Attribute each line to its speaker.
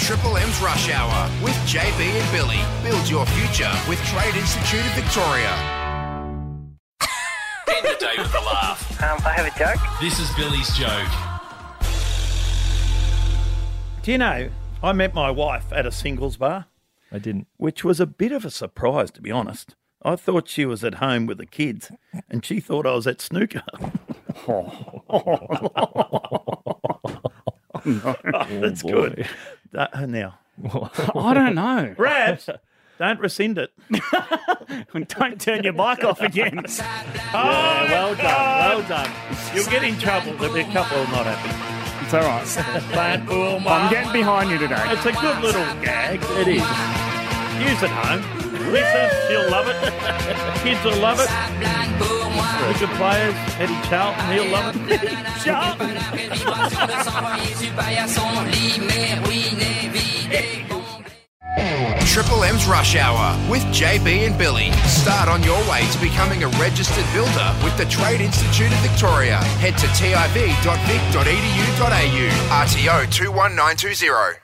Speaker 1: Triple M's Rush Hour with JB and Billy. Build your future with Trade Institute of Victoria.
Speaker 2: End the day with a laugh.
Speaker 3: Um, I have a joke.
Speaker 2: This is Billy's joke.
Speaker 4: Do you know, I met my wife at a singles bar,
Speaker 5: I didn't.
Speaker 4: which was a bit of a surprise, to be honest. I thought she was at home with the kids, and she thought I was at snooker. Oh, That's good. That- now,
Speaker 6: I don't know.
Speaker 4: Rabs, don't rescind it.
Speaker 6: Don't turn your mic off again.
Speaker 4: Yeah, well done, well done. You'll get in trouble. There'll be a couple not happy.
Speaker 6: It's all right.
Speaker 4: But oh,
Speaker 6: I'm
Speaker 4: my-
Speaker 6: getting behind you today.
Speaker 4: it's a good little gag. It is. Use it home. Listen, she'll love it. Kids will love it. Cricket players, Eddie Charlton, he'll love it.
Speaker 1: Triple M's Rush Hour with JB and Billy. Start on your way to becoming a registered builder with the Trade Institute of E Victoria. Head to tiv.vic.edu.au. RTO 21920.